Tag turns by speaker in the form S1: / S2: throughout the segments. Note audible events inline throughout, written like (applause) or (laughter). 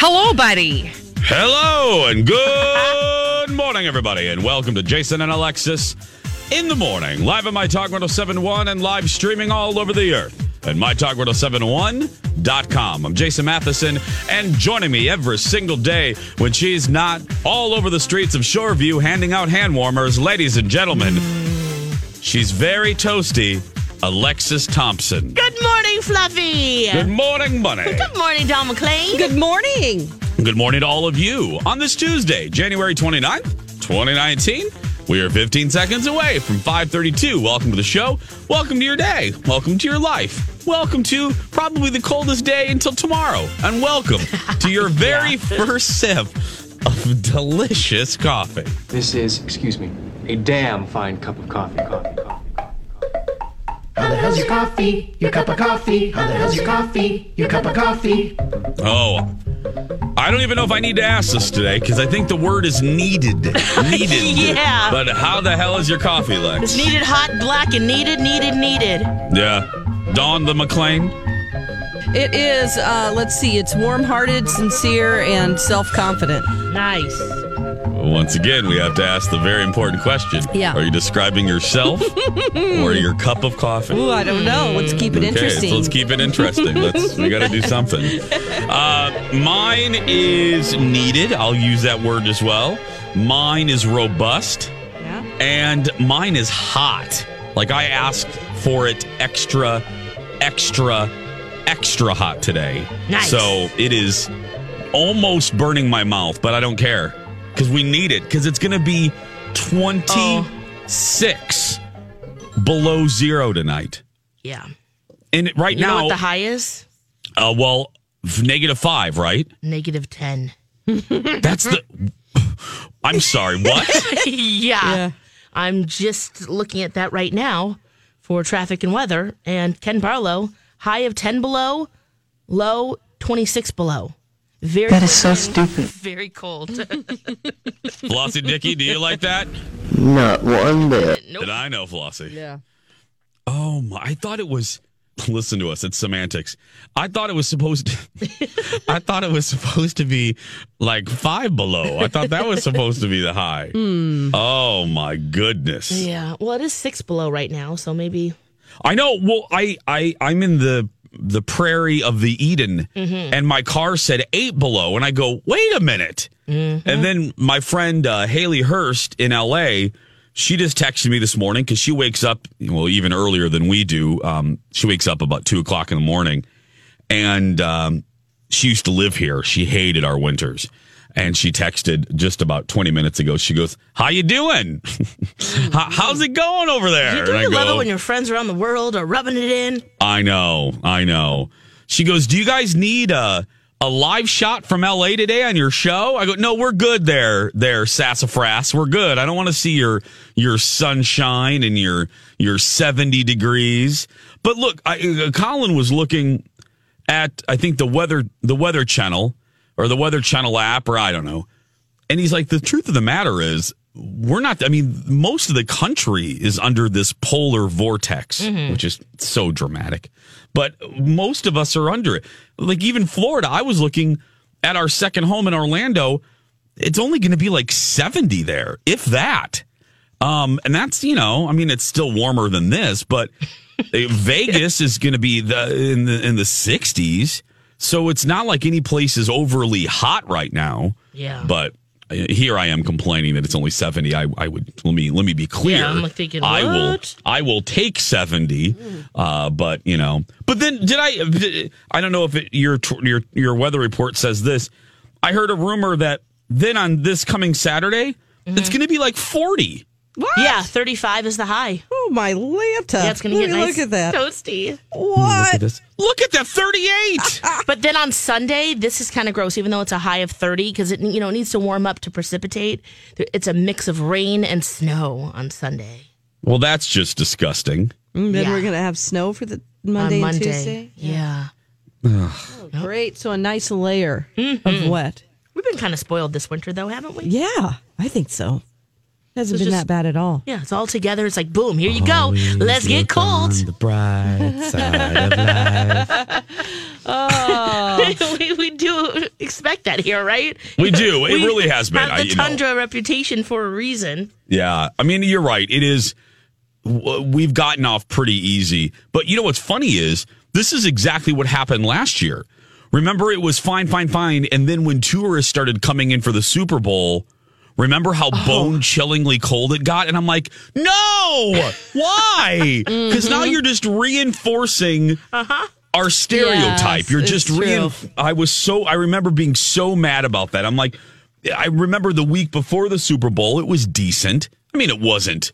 S1: Hello, buddy.
S2: Hello and good morning, everybody, and welcome to Jason and Alexis in the morning, live at My Talk 1071 and live streaming all over the earth at MyTalk1071.com. I'm Jason Matheson, and joining me every single day when she's not all over the streets of Shoreview handing out hand warmers, ladies and gentlemen, she's very toasty, Alexis Thompson.
S1: Good morning, Fluffy.
S2: Good morning, Money.
S1: Good morning, Don McLean.
S3: Good morning.
S2: Good morning to all of you on this Tuesday, January 29th, 2019. We are 15 seconds away from 532. Welcome to the show. Welcome to your day. Welcome to your life. Welcome to probably the coldest day until tomorrow. And welcome
S1: (laughs)
S2: to your very first sip of delicious coffee.
S4: This is, excuse me, a damn fine cup of coffee. Coffee, coffee, coffee, coffee.
S5: How the hell's your coffee? Your cup of coffee? How the hell's your coffee? Your cup of coffee?
S2: Oh, I don't even know if I need to ask this today because I think the word is needed.
S1: (laughs)
S2: Needed.
S1: Yeah.
S2: But how the hell is your coffee, Lex?
S1: It's needed hot, black, and needed, needed, needed.
S2: Yeah. Don the McLean.
S3: It is, uh, let's see, it's warm hearted, sincere, and self confident.
S1: Nice.
S2: Once again, we have to ask the very important question.
S3: Yeah.
S2: Are you describing yourself or your cup of coffee?
S3: Ooh, I don't know. Let's keep it interesting.
S2: So let's keep it interesting. Let's we got
S3: (laughs)
S2: to do something. Uh, mine is needed. I'll use that word as well. Mine is robust,
S3: yeah.
S2: and mine is hot. Like I asked for it extra, extra, extra hot today.
S1: Nice.
S2: So it is almost burning my mouth, but I don't care because we need it because it's going to be
S1: Oh.
S2: 26 below zero tonight.
S1: Yeah.
S2: And right
S1: You know
S2: now,
S1: what the high is?
S2: uh, well, f- negative five, right?
S1: Negative 10.
S2: That's the. (laughs) I'm
S1: (laughs)
S2: sorry.
S1: (laughs)
S2: What?
S1: yeah.
S3: Yeah.
S1: I'm just looking at that right now for traffic and weather. And Ken Barlow, high of 10 below, low 26 below. Very that is so stupid. (laughs) Very cold. (laughs)
S2: Flossie Dicky, do you like that?
S5: Not one bit.
S2: Did I know Flossie?
S3: Yeah.
S2: Oh my! I thought it was. (laughs) Listen to us. It's semantics. I thought it was supposed. To, (laughs) I thought it was supposed to be like five below. I thought that was supposed to be the high.
S1: Hmm.
S2: Oh my goodness!
S1: yeah. Well, it is six below right now. So maybe
S2: I know. Well, I I I'm in the the prairie of the Eden,
S1: Mm-hmm.
S2: and my car said eight below, and I go, wait a minute,
S1: Mm-hmm.
S2: and then my friend uh, Haley Hurst in L.A. She just texted me this morning because she wakes up well even earlier than we do. Um, she wakes up about two o'clock in the morning, and um, she used to live here. She hated our winters. And she texted just about 20 minutes ago. She goes, "How you doing? (laughs) How, how's it going over there?"
S1: Don't
S2: And I
S1: you love
S2: go,
S1: it when your friends around the world are rubbing it in?
S2: I know, I know. She goes, "Do you guys need a a live shot from LA today on your show?" I go, "No, we're good there, there sassafras. We're good. I don't want to see your your sunshine and your your 70 degrees." But look, I, uh, Colin was looking at I think the weather the weather channel or the weather channel app or I don't know. And he's like, the truth of the matter is, we're not. I mean, most of the country is under this polar vortex, which is so dramatic. But most of us are under it. Like even Florida, I was looking at our second home in Orlando. It's only going to be like seventy there, if that. Um, and that's you know, I mean, it's still
S1: (laughs)
S2: warmer than this, but Vegas is going to be the in the in the sixties. So it's not like any place is overly hot right now.
S1: Yeah.
S2: But uh, here I am complaining that it's only 70. I, I would let me let me be clear.
S1: Yeah, I'm, like, thinking,
S2: I will
S1: what? Mm.
S2: I will take 70. Uh but you know. But then did I I don't know if it, your tw- your your weather report says this. I heard a rumor that then on this coming Saturday it's
S1: Mm-hmm.
S2: going to be like 40.
S1: Yeah, 35 is the high.
S3: Oh, my laptop.
S1: Yeah, it's going to
S3: Let
S1: get
S3: me
S1: nice
S3: Look at that.
S1: toasty.
S3: What?
S2: Look at that 38.
S1: But then on Sunday, this is kind of gross, even though it's a high of 30, because it you know it needs to warm up to precipitate. It's a mix of rain and snow on Sunday.
S2: (laughs) well, that's just disgusting.
S3: And then
S1: Yeah.
S3: we're going to have snow for the Monday,
S1: on Monday.
S3: and Tuesday.
S1: Yeah.
S3: Great. So a nice layer
S1: Mm-hmm.
S3: of wet.
S1: We've been kind of spoiled this winter, though, haven't we?
S3: Yeah, I think so. Hasn't
S1: So
S3: been
S1: just-
S3: that bad at all.
S1: Yeah, it's all together. It's like, boom, here you go. Let's get cold. (laughs) we, we do expect that here, right?
S2: We do. It really has been. I-
S1: Have the
S2: you know.
S1: tundra reputation for a reason.
S2: Yeah, I mean, you're right. It is. w- We've gotten off pretty easy, but you know what's funny is this is exactly what happened last year. Remember, it was fine, fine, fine, and then when tourists started coming in for the Super Bowl, remember how
S3: Oh.
S2: bone chillingly cold it got? And I'm like, no, why?
S3: (laughs)
S2: Because now you're just reinforcing our stereotype.
S3: Uh-huh. Yes,
S2: You're
S3: it's
S2: just
S3: true.
S2: rein. I was so. I remember being so mad about that. I'm like, I remember the week before the Super Bowl, it was decent. I mean, it wasn't,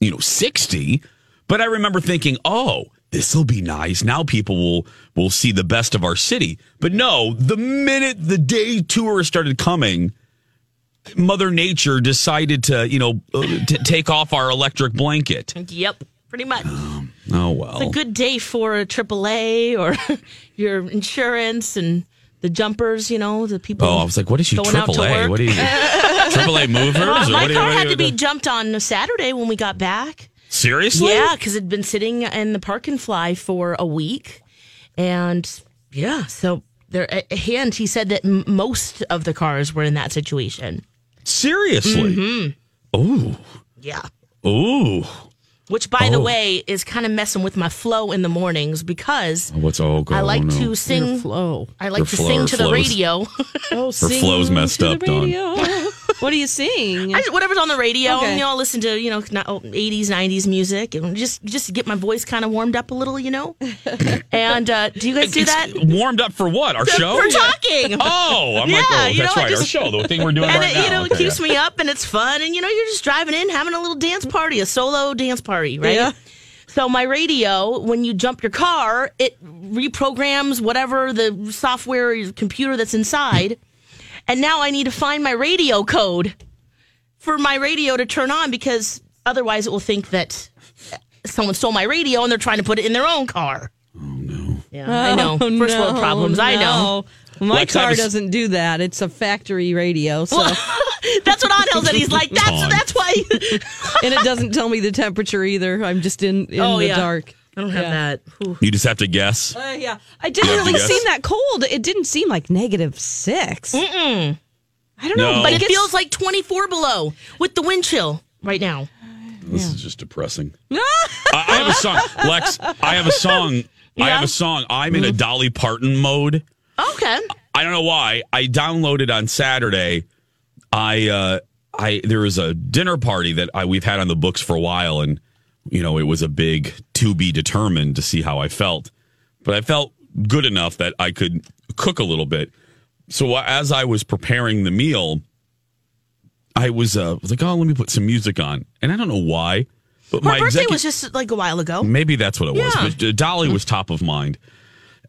S2: you know, sixty, but I remember thinking, oh, this will be nice. Now people will will see the best of our city. But no, the minute the day tourists started coming. Mother Nature decided to, you know, uh, to take off our electric blanket.
S1: Yep, pretty much.
S2: Oh well.
S1: a good day for a AAA or (laughs) your insurance and the jumpers, you know, the people.
S2: Oh, I was like, what is she?
S1: Going out to
S2: Triple A?
S1: work.
S2: What are
S1: (laughs)
S2: you? Triple A movers? or
S1: Uh, my
S2: what do you-
S1: car
S2: what do
S1: had
S2: you
S1: to be
S2: do?
S1: jumped on Saturday when we got back.
S2: Seriously?
S1: Yeah, because it'd been sitting in the park and fly for a week, and yeah, so there. And he said that m- most of the cars were in that situation.
S2: Seriously?
S1: Mm-hmm.
S2: Ooh.
S1: Yeah.
S2: Ooh.
S1: Which, by the
S2: Oh.
S1: way, is kind of messing with my flow in the mornings because
S2: What's oh, all going
S1: I
S2: on?
S1: like to sing.
S3: Flow.
S1: I like
S2: Your
S1: to
S2: flow
S1: sing
S2: or
S1: to the
S2: flows?
S1: radio.
S3: Oh,
S2: Her flow's messed up, Dawn.
S3: what do you sing?
S1: I just, whatever's on the radio,
S3: Okay.
S1: you know, I'll listen to you know not- oh, 80s, 90s music, and just just to get my voice kind of warmed up a little, you know. and uh, do you guys do that?
S2: Warmed up for
S1: (laughs)
S2: what? Our show?
S1: We're (laughs) talking.
S2: Oh, I'm like,
S1: Yeah,
S2: oh,
S1: you
S2: that's
S1: know, I
S2: right.
S1: just-
S2: Our show, the thing we're doing
S1: and
S2: right
S1: it,
S2: now.
S1: you know, it
S2: Okay.
S1: keeps me up, and it's fun, and you know, you're just driving in, having a little dance party, a solo dance party, right?
S3: Yeah.
S1: So my radio, when you jump your car, it reprograms whatever the software or your computer that's inside. and now I need to find my radio code for my radio to turn on because otherwise it will think that someone stole my radio and they're trying to put it in their own car. Oh no. Yeah, I know.
S3: Oh,
S1: First world
S3: no,
S1: problems, I know.
S3: no. My
S2: Lex, I
S3: car
S2: was-
S3: doesn't do that. It's a factory radio, so
S1: That's what Odell said. He's like, that's
S2: Con.
S1: that's (laughs) why
S3: and it doesn't tell me the temperature either. I'm just in in
S1: Oh,
S3: the
S1: yeah.
S3: dark.
S1: I don't have that. Whew.
S2: You just have to guess.
S3: Uh, yeah, I didn't
S2: have to
S3: really
S2: guess?
S3: seem that cold. It didn't seem like negative six. Mm-mm. I don't know.
S2: No.
S3: Like
S1: It
S3: it's-
S1: feels like 24 below with the wind chill right now.
S2: This is just
S1: (laughs)
S2: depressing. I, I have a song, Lex. I have a song. I have
S1: (laughs) Yeah.
S2: a song. I'm in a Dolly Parton mode.
S1: Okay.
S2: I don't know why. I downloaded on Saturday. I uh I there was a dinner party that I we've had on the books for a while and you know, it was a big to be determined to see how I felt. But I felt good enough that I could cook a little bit. So as I was preparing the meal, I was uh was like, "Oh, let me put some music on." And I don't know why, but
S1: Her
S2: my
S1: birthday
S2: execu-
S1: was just like a while ago.
S2: Maybe that's what it was.
S1: Yeah.
S2: But uh, Dolly was top of mind,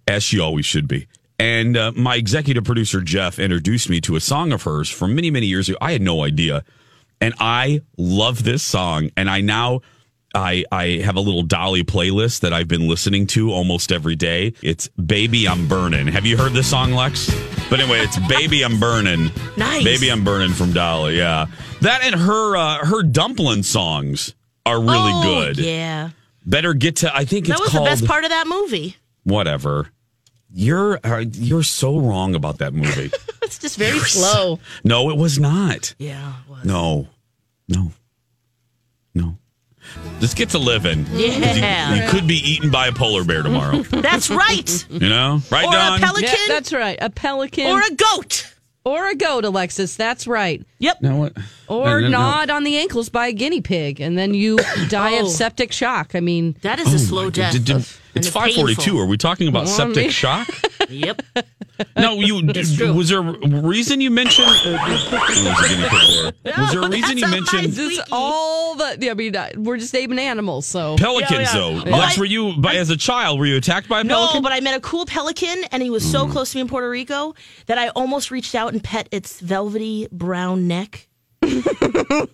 S2: as she always should be. And uh, my executive producer, Jeff, introduced me to a song of hers from many, many years ago. I had no idea. And I love this song. And I now. I, I have a little Dolly playlist that I've been listening to almost every day. It's Baby I'm Burning. Have you heard this song, Lex? But anyway, it's Baby I'm Burning.
S1: (laughs) Nice.
S2: Baby I'm Burning from Dolly. Yeah. That and her uh, her dumpling songs are really
S1: Oh,
S2: good.
S1: Yeah.
S2: Better get to. I think it's
S1: that was
S2: called
S1: the best part of that movie.
S2: whatever. You're uh, you're so wrong about
S1: (laughs)
S2: that movie.
S1: It's just very slow.
S2: no, it was not.
S1: Yeah. it was.
S2: No, no, no. Just get to living.
S1: Yeah.
S2: You, you could be eaten by a polar
S1: (laughs)
S2: bear tomorrow.
S1: That's (laughs) right.
S2: you know? Right,
S1: Or a
S2: Don?
S1: pelican.
S3: Yeah, that's right. A pelican
S1: Or a goat.
S3: or a goat, Alexis. That's right.
S1: Yep.
S2: No, what? No, no,
S3: Or
S2: no.
S3: gnawed on the ankles by a guinea pig, and
S1: (coughs)
S3: then you die
S1: Oh.
S3: of septic shock. I mean,
S1: That is a slow Oh, death.
S2: Oh, Did- did-
S1: of- and
S2: it's
S1: a
S2: 542. Are we talking about
S3: Well,
S2: septic
S3: maybe-
S1: (laughs)
S2: shock?
S1: painful- Yep.
S2: No, you
S1: It's true.
S2: was there a reason you mentioned
S1: (laughs)
S2: uh, oh, there's a guinea pig there. Was there
S1: No,
S2: a reason you
S1: that's a
S2: mentioned
S1: lie.
S3: it's
S1: Squeaky.
S3: all the. I mean, uh, we're just naming animals, so
S2: pelicans
S1: Yeah, yeah.
S2: though?
S1: Yeah.
S2: Lex,
S1: I-
S2: were you by, as a child were you attacked by a
S1: No,
S2: pelican?
S1: but I met a cool pelican, and he was so
S2: Mm.
S1: close to me in Puerto Rico that I almost reached out and pet its velvety brown neck. But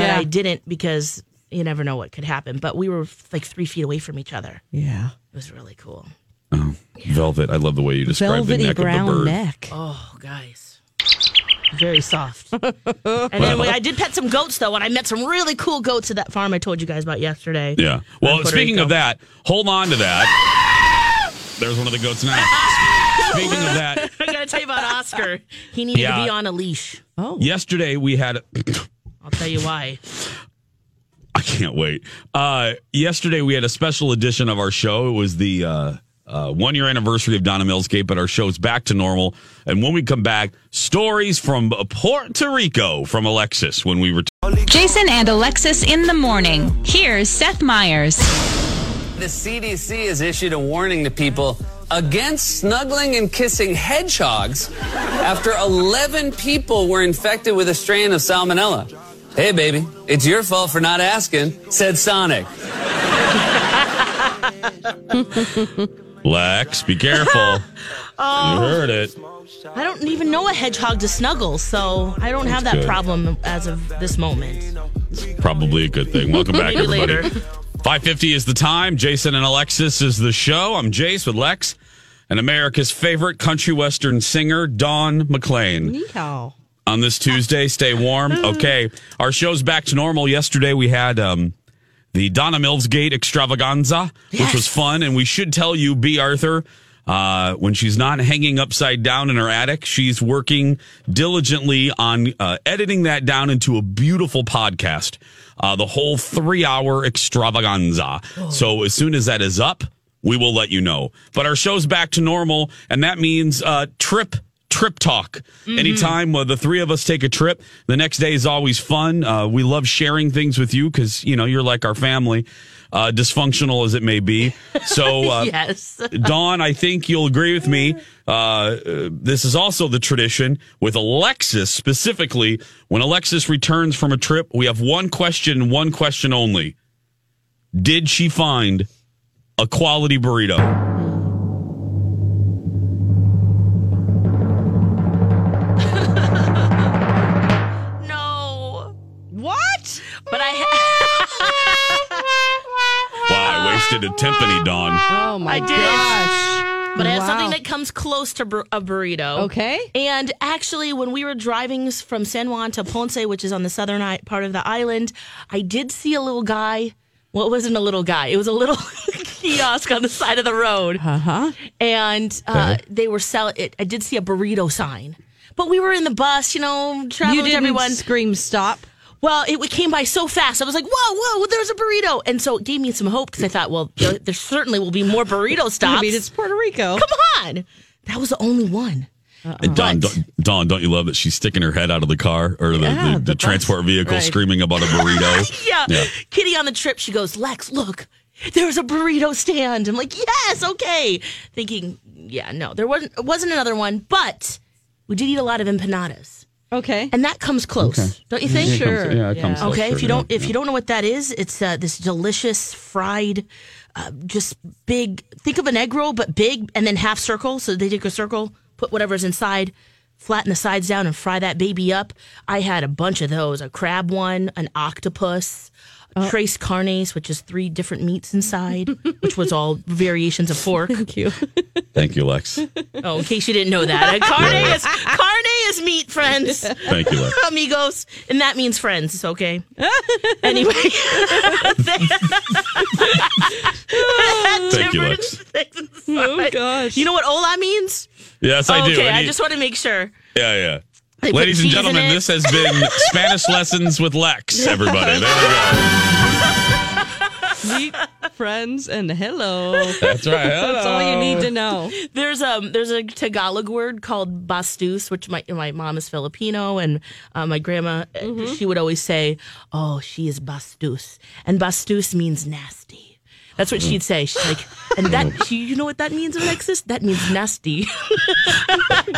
S1: I didn't because you never know what could happen. But we were like three feet away from each other.
S3: yeah,
S1: It was really cool. Oh,
S2: Velvet. I love the way you described
S3: velvety
S2: the neck
S3: brown
S2: of the bird.
S3: neck.
S1: Oh, guys. Very soft. (laughs) and then we, I did pet some goats, though, and I met some really cool goats at that farm I told you guys about yesterday.
S2: Yeah. Well,
S1: Puerto
S2: speaking
S1: Rico.
S2: of that, hold on to that. There's one of the goats now. speaking of that,
S1: I got to tell you about Oscar. He needed
S2: Yeah.
S1: to be on a leash.
S2: yesterday we had (coughs)
S1: I'll tell you why.
S2: I can't wait. Uh, yesterday we had a special edition of our show. It was the uh, uh, one year anniversary of Donna Millscape, but our show's back to normal. And when we come back, stories from Puerto Rico from Alexis when we return.
S6: Jason and Alexis in the morning. Here's Seth Meyers.
S7: The CDC has issued a warning to people against snuggling and kissing hedgehogs after 11 people were infected with a strain of salmonella. Hey, baby, it's your fault for not asking, said Sonic.
S2: Lex,
S1: (laughs)
S2: be careful.
S1: Oh.
S2: You heard it.
S1: I don't even know a hedgehog to snuggle, so I don't have
S2: That's
S1: that
S2: good.
S1: problem as of this moment.
S2: Probably a good thing. Welcome back,
S1: Maybe
S2: everybody.
S1: later.
S2: 550 is the time. Jason and Alexis is the show. I'm Jace with Lex and America's favorite country western singer, Don McLean.
S3: Yeehaw.
S2: on this Tuesday. Stay warm. Okay. Our show's back to normal. Yesterday we had um, the Donna Millsgate extravaganza, which was fun. And we should tell you, B. Arthur, uh, when she's not hanging upside down in her attic, she's working diligently on uh, editing that down into a beautiful podcast. Uh, the whole three hour extravaganza. So as soon as that is up, we will let you know. But our show's back to normal, and that means uh, trip trip talk. Anytime uh, the three of us take a trip, the next day is always fun. Uh, we love sharing things with you because you know you're like our family, uh, dysfunctional as it may be. So
S1: (laughs)
S2: uh,
S1: Yes.
S2: Dawn, I think you'll agree with me. Uh, uh, this is also the tradition with Alexis specifically. When Alexis returns from a trip, we have one question, one question only. Did she find a quality burrito?
S1: No.
S3: What?
S1: But I.
S2: Wow, I wasted a timpani, Dawn.
S3: Oh my
S1: I did.
S3: gosh!
S1: But I have something
S3: Wow.
S1: that comes close to bur- a burrito.
S3: Okay.
S1: And actually, when we were driving s- from San Juan to Ponce, which is on the southern I- part of the island, I did see a little guy. Well, it wasn't a little guy. It was a little (laughs) kiosk on the side of the road. Uh-huh. And uh, they were selling. I did see a burrito sign. But we were in the bus, you know, traveling
S3: You
S1: with
S3: didn't
S1: everyone.
S3: scream stop.
S1: Well, it, it came by so fast. I was like, whoa, whoa, there's a burrito. And so it gave me some hope because I thought, well, there, there certainly will be more
S3: (laughs)
S1: burrito stops.
S3: I mean, it's Puerto Rico.
S1: Come on. That was the only one.
S2: And Dawn,
S1: But-
S2: don't, Dawn, don't you love that she's sticking her head out of the car or the,
S3: Yeah,
S2: the, the,
S3: the bus,
S2: transport vehicle
S3: right.
S2: screaming about
S1: (laughs)
S2: a burrito?
S1: Yeah.
S2: Yeah.
S1: Kitty on the trip, she goes, Lex, look, there's a burrito stand. I'm like, yes, okay. Thinking, yeah, no, there wasn't, wasn't another one, but we did eat a lot of empanadas.
S3: Okay.
S1: And that comes close, don't you think?
S3: Sure.
S2: yeah, it comes
S1: Okay,
S2: closer,
S1: if you don't
S2: yeah,
S1: if you don't know what that is, it's uh, this delicious fried, uh, just big. Think of an egg roll, but big, and then half circle. So they take a circle, put whatever's inside, flatten the sides down, and fry that baby up. I had a bunch of those: a crab one, an octopus, trace carnes, which is three different meats inside, (laughs) which was all variations of pork.
S3: Cute.
S2: Thank you, Lex.
S1: Oh, in case you didn't know that, a carne is carne is meat, friends
S2: Thank you,
S1: (laughs)
S2: Lex.
S1: amigos, and that means friends. Okay. (laughs) anyway,
S2: Thank you, Lex.
S3: Oh gosh.
S1: you know what "ola" means?
S2: Yes, I do.
S1: okay,
S2: And
S1: I
S2: he-
S1: just want to make sure.
S2: yeah, yeah.
S1: They put
S2: Ladies and
S1: cheese in (laughs)
S2: gentlemen,
S1: it. (laughs)
S2: this has been Spanish lessons with Lex. Everybody, there we go.
S3: (laughs) Meet (laughs) friends and hello.
S2: That's right.
S3: That's all you need to (laughs) know.
S1: There's um there's a Tagalog word called bastus, which my my mom is Filipino, and uh, my grandma uh,
S3: Mm-hmm.
S1: she would always say, "Oh, she is bastus," and bastus means nasty. That's
S2: Mm.
S1: what she'd say. She's like, and
S2: (laughs)
S1: that she, you know what that means, Alexis? That means nasty.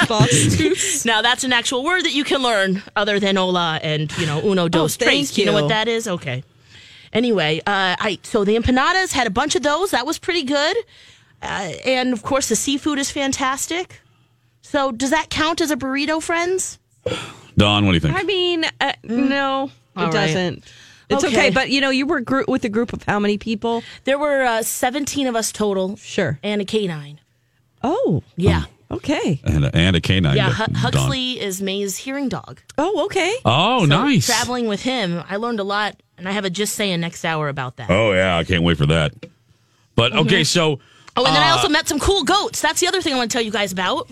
S3: Bastus.
S1: now that's an actual word that you can learn, other than hola and you know uno dos
S3: Oh, thank
S1: tres. you know
S3: you.
S1: what that is? Okay. Anyway, uh, I so the empanadas had a bunch of those. That was pretty good, uh, and of course the seafood is fantastic. So does that count as a burrito, friends?
S2: Don, what do you think?
S3: I mean, uh, no, it
S1: right.
S3: doesn't. It's okay.
S1: Okay.
S3: but you know, you were grou- with a group of how many people?
S1: There were uh, seventeen of us total,
S3: Sure.
S1: and a canine.
S3: Oh,
S1: Yeah,
S3: okay.
S2: and, a, and a canine.
S1: yeah.
S2: but
S1: Hu-
S2: Don-
S1: Huxley is May's hearing dog.
S3: Oh, okay.
S2: Oh, nice.
S1: Traveling with him, I learned a lot, and I have a just saying next hour about that.
S2: Oh yeah, I can't wait for that. But okay, so
S1: Mm-hmm. Oh, and then I
S2: Uh,
S1: also met some cool goats. That's the other thing I want to tell you guys about.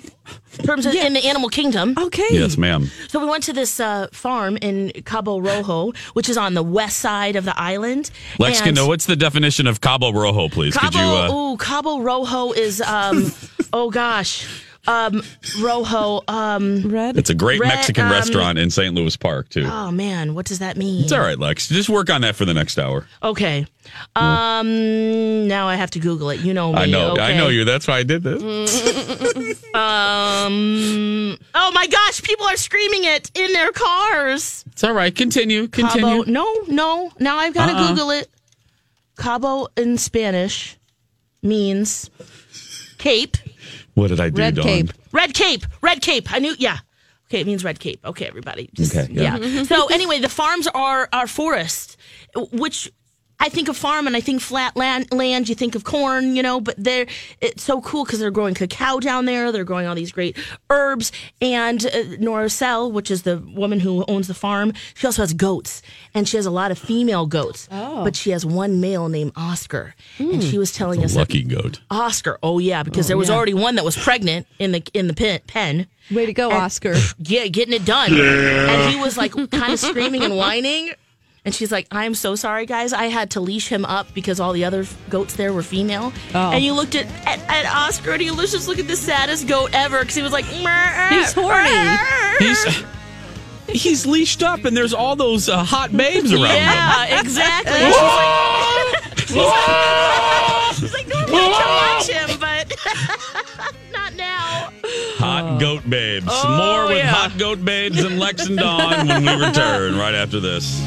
S1: In terms of in the animal kingdom.
S3: Okay.
S2: yes, ma'am.
S1: So we went to this uh, farm in Cabo Rojo, which is on the west side of the island.
S2: Lex,
S1: And
S2: Kendo, what's the definition of Cabo Rojo, please?
S1: Cabo,
S2: Could you? Uh,
S1: ooh, Cabo Rojo is,
S2: (laughs)
S1: um, oh gosh, um, Rojo. Um,
S3: Red.
S2: it's a great
S1: Red,
S2: Mexican
S1: um,
S2: restaurant in St. Louis Park too.
S1: oh man, what does that mean?
S2: it's all right, Lex. Just work on that for the next hour.
S1: Okay. Um, now I have to Google it. You know me.
S2: I know, I
S1: okay. Mm.
S2: know you. That's why I did this.
S1: Um, oh my gosh, people are screaming it in their cars.
S2: It's all right. Continue,
S1: Cabo.
S2: continue.
S1: No, no. Now I've got to Google it. Cabo in Spanish means cape.
S2: What did I do,
S3: Red
S2: Don?
S3: cape.
S1: Red cape. Red cape. I knew. Yeah. Okay, it means red cape. Okay, everybody. Just,
S2: Okay, yeah. Mm-hmm.
S1: Yeah. so anyway, the farms are are forest, which I think of farm and I think flat land. Land. You think of corn, you know. But they're it's so cool because they're growing cacao down there. They're growing all these great herbs. And uh, Nora Sell, which is the woman who owns the farm, she also has goats, and she has a lot of female goats. Oh. But she has one male named Oscar, and she was telling us that
S2: Lucky goat.
S1: Oscar. Oh yeah, because there was already one that was pregnant in the in the pen. pen.
S3: Way to go, Oscar.
S1: Yeah, getting it done. And he was like kind of screaming and whining. And she's like, "I'm so sorry, guys. I had to leash him up because all the other f- goats there were female."
S3: Oh.
S1: And you looked at, at at Oscar, and you let's just look at the saddest goat ever because he was like,
S3: He's horny.
S2: He's (laughs) he's leashed up, and there's all those uh, hot babes around (laughs) him.
S1: Yeah, exactly. And
S2: (laughs)
S1: she's like, she's like, she's like, normally I watch him, but (laughs) not now.
S2: Hot goat babes. More
S1: Oh,
S2: with
S1: yeah.
S2: hot goat babes and Lex and Don when we return right after this.